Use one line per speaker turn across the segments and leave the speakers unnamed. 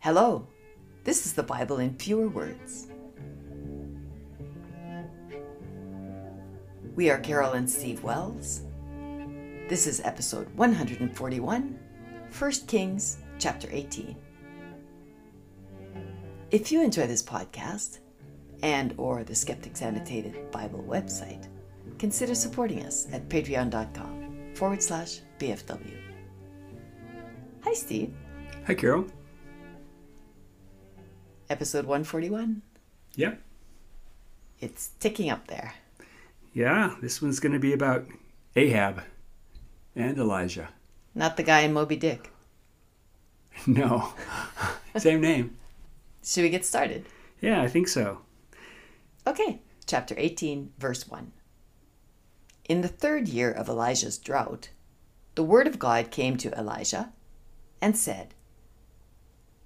Hello, this is the Bible in fewer words. We are Carol and Steve Wells. This is episode 141, 1 Kings, chapter 18. If you enjoy this podcast and or the Skeptics Annotated Bible website, consider supporting us at patreon.com forward slash BFW. Hi, Steve.
Hi, Carol.
Episode 141.
Yeah.
It's ticking up there.
Yeah, this one's going to be about Ahab and Elijah.
Not the guy in Moby Dick.
No, same name.
Should we get started?
Yeah, I think so.
Okay, chapter 18, verse 1. In the third year of Elijah's drought, the word of God came to Elijah and said,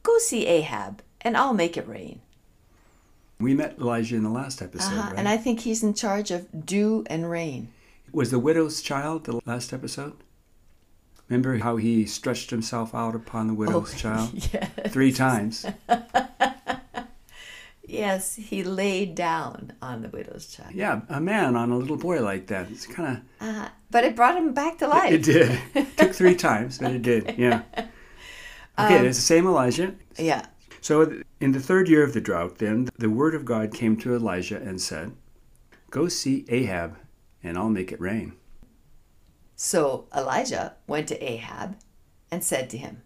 Go see Ahab, and I'll make it rain.
We met Elijah in the last episode,
Uh-huh,
right?
And I think he's in charge of dew and rain.
Was the widow's child the last episode? Remember how he stretched himself out upon the widow's child
Oh, yes.
three times?
Yes, he laid down on the widow's child.
Yeah, a man on a little boy like that. It's kind
Uh, but it brought him back to
of.
life.
It did. Took three times, but it did. Yeah.
Um,
Okay, it's the same Elijah.
Yeah.
So, th- in the third year of the drought, then the word of God came to Elijah and said, Go see Ahab, and I'll make it rain.
So Elijah went to Ahab and said to him,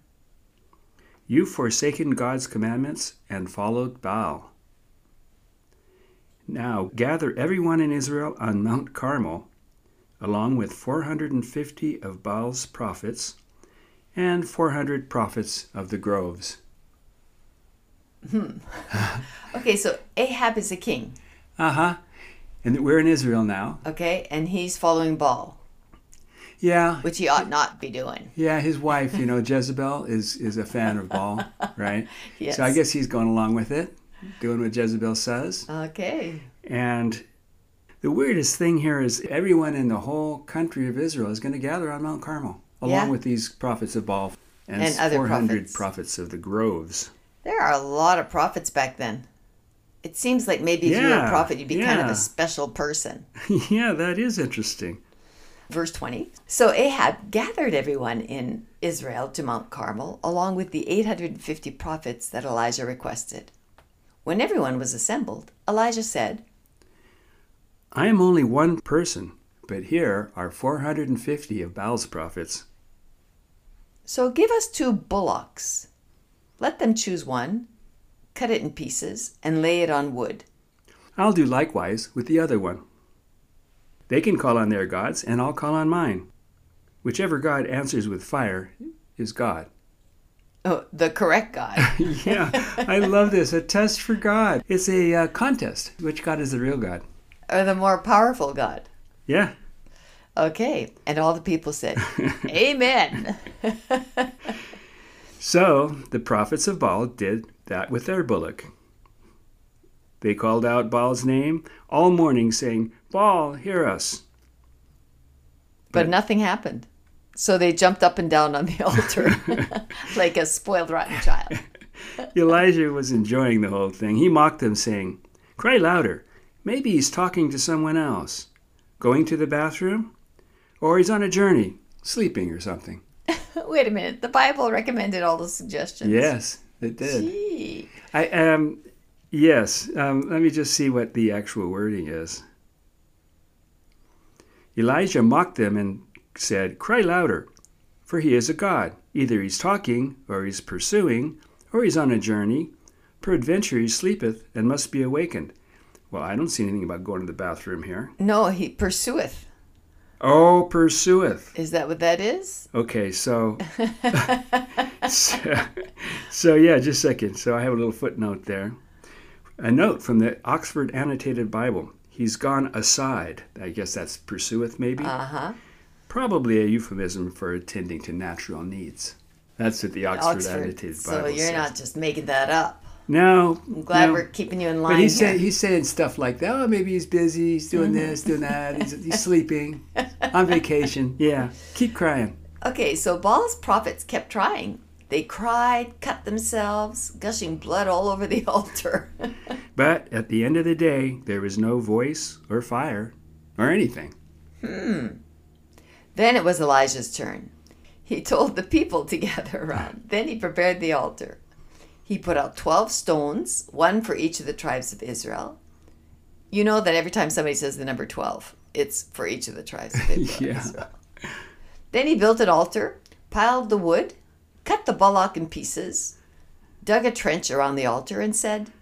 You've forsaken God's commandments and followed Baal. Now gather everyone in Israel on Mount Carmel, along with 450 of Baal's prophets and 400 prophets of the groves.
Okay, so Ahab is a king,
Uh huh. And we're in Israel now.
okay? And he's following Baal,
Yeah,
which he ought not be doing.
Yeah, his wife, you know, Jezebel is is a fan of Baal, right?
Yes.
So I guess he's going along with it, doing what Jezebel says.
Okay.
And the weirdest thing here is everyone in the whole country of Israel is going to gather on Mount Carmel, along
Yeah.
with these prophets of Baal and,
And other
400
prophets.
of the groves.
There are a lot of prophets back then. It seems like maybe if you were a
Yeah,
prophet, you'd be kind of
yeah.
a special person.
yeah, that is interesting.
Verse 20. So Ahab gathered everyone in Israel to Mount Carmel, along with the 850 prophets that Elijah requested. When everyone was assembled, Elijah said,
I am only one person, but here are 450 of Baal's prophets.
So give us two bullocks. Let them choose one, cut it in pieces, and lay it on wood.
I'll do likewise with the other one. They can call on their gods, and I'll call on mine. Whichever God answers with fire is God.
Oh, the correct God.
yeah, I love this. A test for God. It's a uh, contest. Which God is the real God?
or the more powerful God.
Yeah.
Okay. And all the people said, Amen.
So the prophets of Baal did that with their bullock. They called out Baal's name all morning, saying, Baal, hear us.
But nothing happened. So they jumped up and down on the altar like a spoiled, rotten child.
Elijah was enjoying the whole thing. He mocked them, saying, Cry louder. Maybe he's talking to someone else, going to the bathroom, or he's on a journey, sleeping or something.
Wait a minute. The Bible recommended all those suggestions.
Yes, it did.
Gee.
I um, yes. Um, let me just see what the actual wording is. Elijah mocked them and said, Cry louder, for he is a god. Either he's talking, or he's pursuing, or he's on a journey. Peradventure he sleepeth and must be awakened. Well, I don't see anything about going to the bathroom here.
No, he pursueth.
Oh, pursueth.
Is that what that is?
Okay, so. so, so, yeah, just a second. So I have a little footnote there. A note from the Oxford Annotated Bible. He's gone aside. I guess that's pursueth, maybe.
Uh huh.
Probably a euphemism for attending to natural needs. That's what the Oxford, Annotated
So
Bible
you're
says.
not just making that up.
No,
I'm glad
no.
we're keeping you in line.
But he's
here. Mm-hmm.
saying, he's saying stuff like that. Oh, maybe he's busy. He's doing this, doing that. He's, he's sleeping on vacation. Yeah, keep crying.
Okay, so Baal's prophets kept trying. They cried, cut themselves, gushing blood all over the altar.
But at the end of the day, there was no voice or fire or anything.
Then it was Elijah's turn. He told the people to gather around. Then he prepared the altar. He put out 12 stones, one for each of the tribes of Israel. You know that every time somebody says the number 12, it's for each of the tribes of Israel.
Yeah.
Then he built an altar, piled the wood, cut the bullock in pieces, dug a trench around the altar, and said,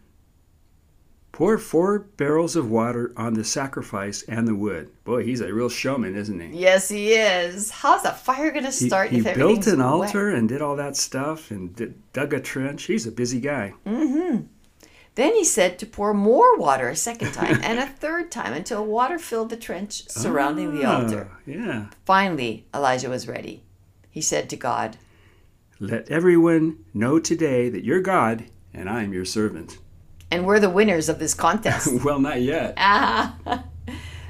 Pour four barrels of water on the sacrifice and the wood. Boy, he's a real showman, isn't he?
Yes, he is. How's a fire going to
He,
start
he
if everything's
built an
wet?
altar and did all that stuff and did, dug a trench. He's a busy guy.
Then he said to pour more water a second time and a third time until water filled the trench surrounding the altar.
Ah, yeah.
Finally, Elijah was ready. He said to God,
Let everyone know today that you're God and I'm your servant.
and we're the winners of this contest.
Well, not yet.
Ah.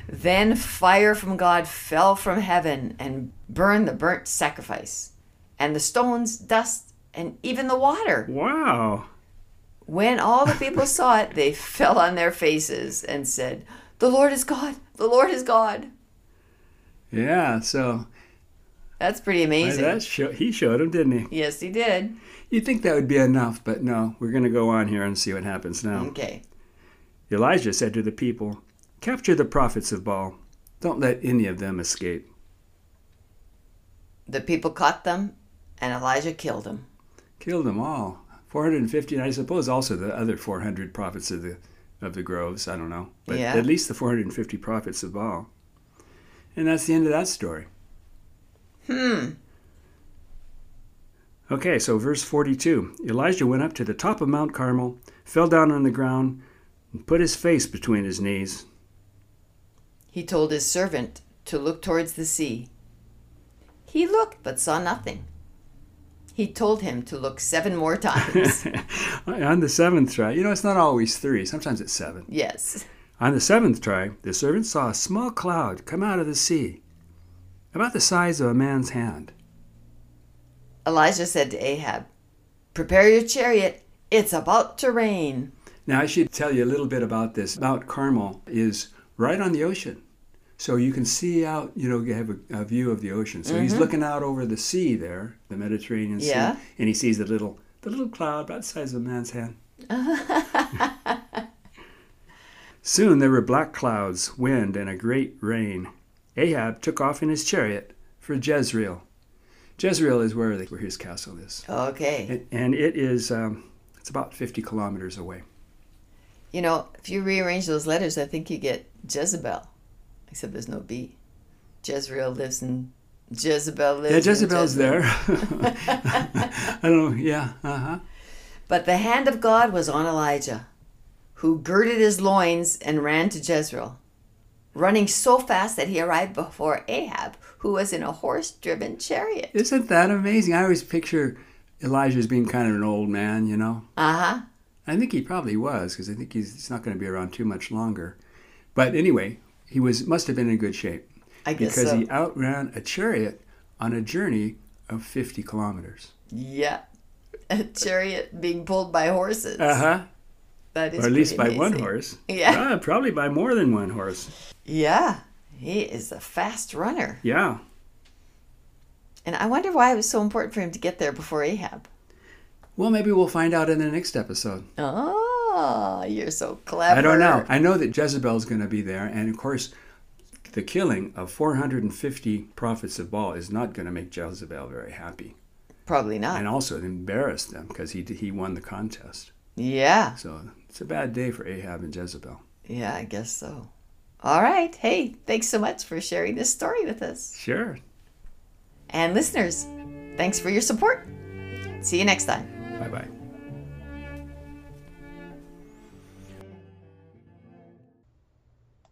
then fire from God fell from heaven and burned the burnt sacrifice, and the stones, dust, and even the water.
Wow.
When all the people saw it, they fell on their faces and said, The Lord is God! The Lord is God!
Yeah, so
That's pretty
uh,
amazing.
that show, he showed him, didn't he?
Yes, he did.
You'd think that would be enough, but no, we're going to go on here and see what happens now.
Okay.
Elijah said to the people, Capture the prophets of Baal. Don't let any of them escape.
The people caught them, and Elijah killed them.
Kill them all. 450, and I suppose also the other 400 prophets of the of the groves. I don't know. But
Yeah.
at least the 450 prophets of Baal. And that's the end of that story.
Hmm.
Okay, so verse 42 Elijah went up to the top of Mount Carmel, fell down on the ground, and put his face between his knees.
He told his servant to look towards the sea. He looked, but saw nothing. He told him to look seven more times.
on the seventh try, you know, it's not always three, sometimes it's seven.
yes.
On the seventh try, the servant saw a small cloud come out of the sea, about the size of a man's hand.
Elijah said to Ahab, Prepare your chariot. It's about to rain.
Now, I should tell you a little bit about this. Mount Carmel is right on the ocean. So you can see out, you know, you have a, a view of the ocean. So he's looking out over the sea there, the Mediterranean Sea,
Yeah.
and he sees the little the little cloud about the size of a man's hand. Soon there were black clouds, wind, and a great rain. Ahab took off in his chariot for Jezreel. Jezreel is where, the, where his castle is,
Okay.
and, and it is um, it's about fifty kilometers away.
You know, if you rearrange those letters, I think you get Jezebel. Except there's no B. Jezreel lives in Jezebel lives
Yeah,
in
Jezebel's
Jezebel.
there. I don't know. Yeah. Uh huh.
But the hand of God was on Elijah, who girded his loins and ran to Jezreel, running so fast that he arrived before Ahab, who was in a horse driven chariot.
Isn't that amazing? I always picture Elijah as being kind of an old man, you know?
Uh huh.
I think he probably was because I think he's, he's not going to be around too much longer. But anyway, he was must have been in good shape
I guess
because
so.
he outran a chariot on a journey of 50 kilometers.
Yeah. A chariot being pulled by horses.
Uh huh.
That is
Or at least by
Uh-huh. pretty
one
amazing.
horse.
Yeah.
Ah, probably by more than one horse.
Yeah. He is a fast runner.
Yeah.
And I wonder why it was so important for him to get there before Ahab.
Well, maybe we'll find out in the next episode.
Oh, you're so clever.
I don't know. I know that Jezebel's going to be there, and of course, the killing of 450 prophets of Baal is not going to make Jezebel very happy,
Probably not.
and also it embarrassed them because he he won the contest.
Yeah.
So it's a bad day for Ahab and Jezebel.
Yeah, I guess so. All right. Hey, thanks so much for sharing this story with us.
Sure.
And listeners, thanks for your support. See you next time.
Bye bye.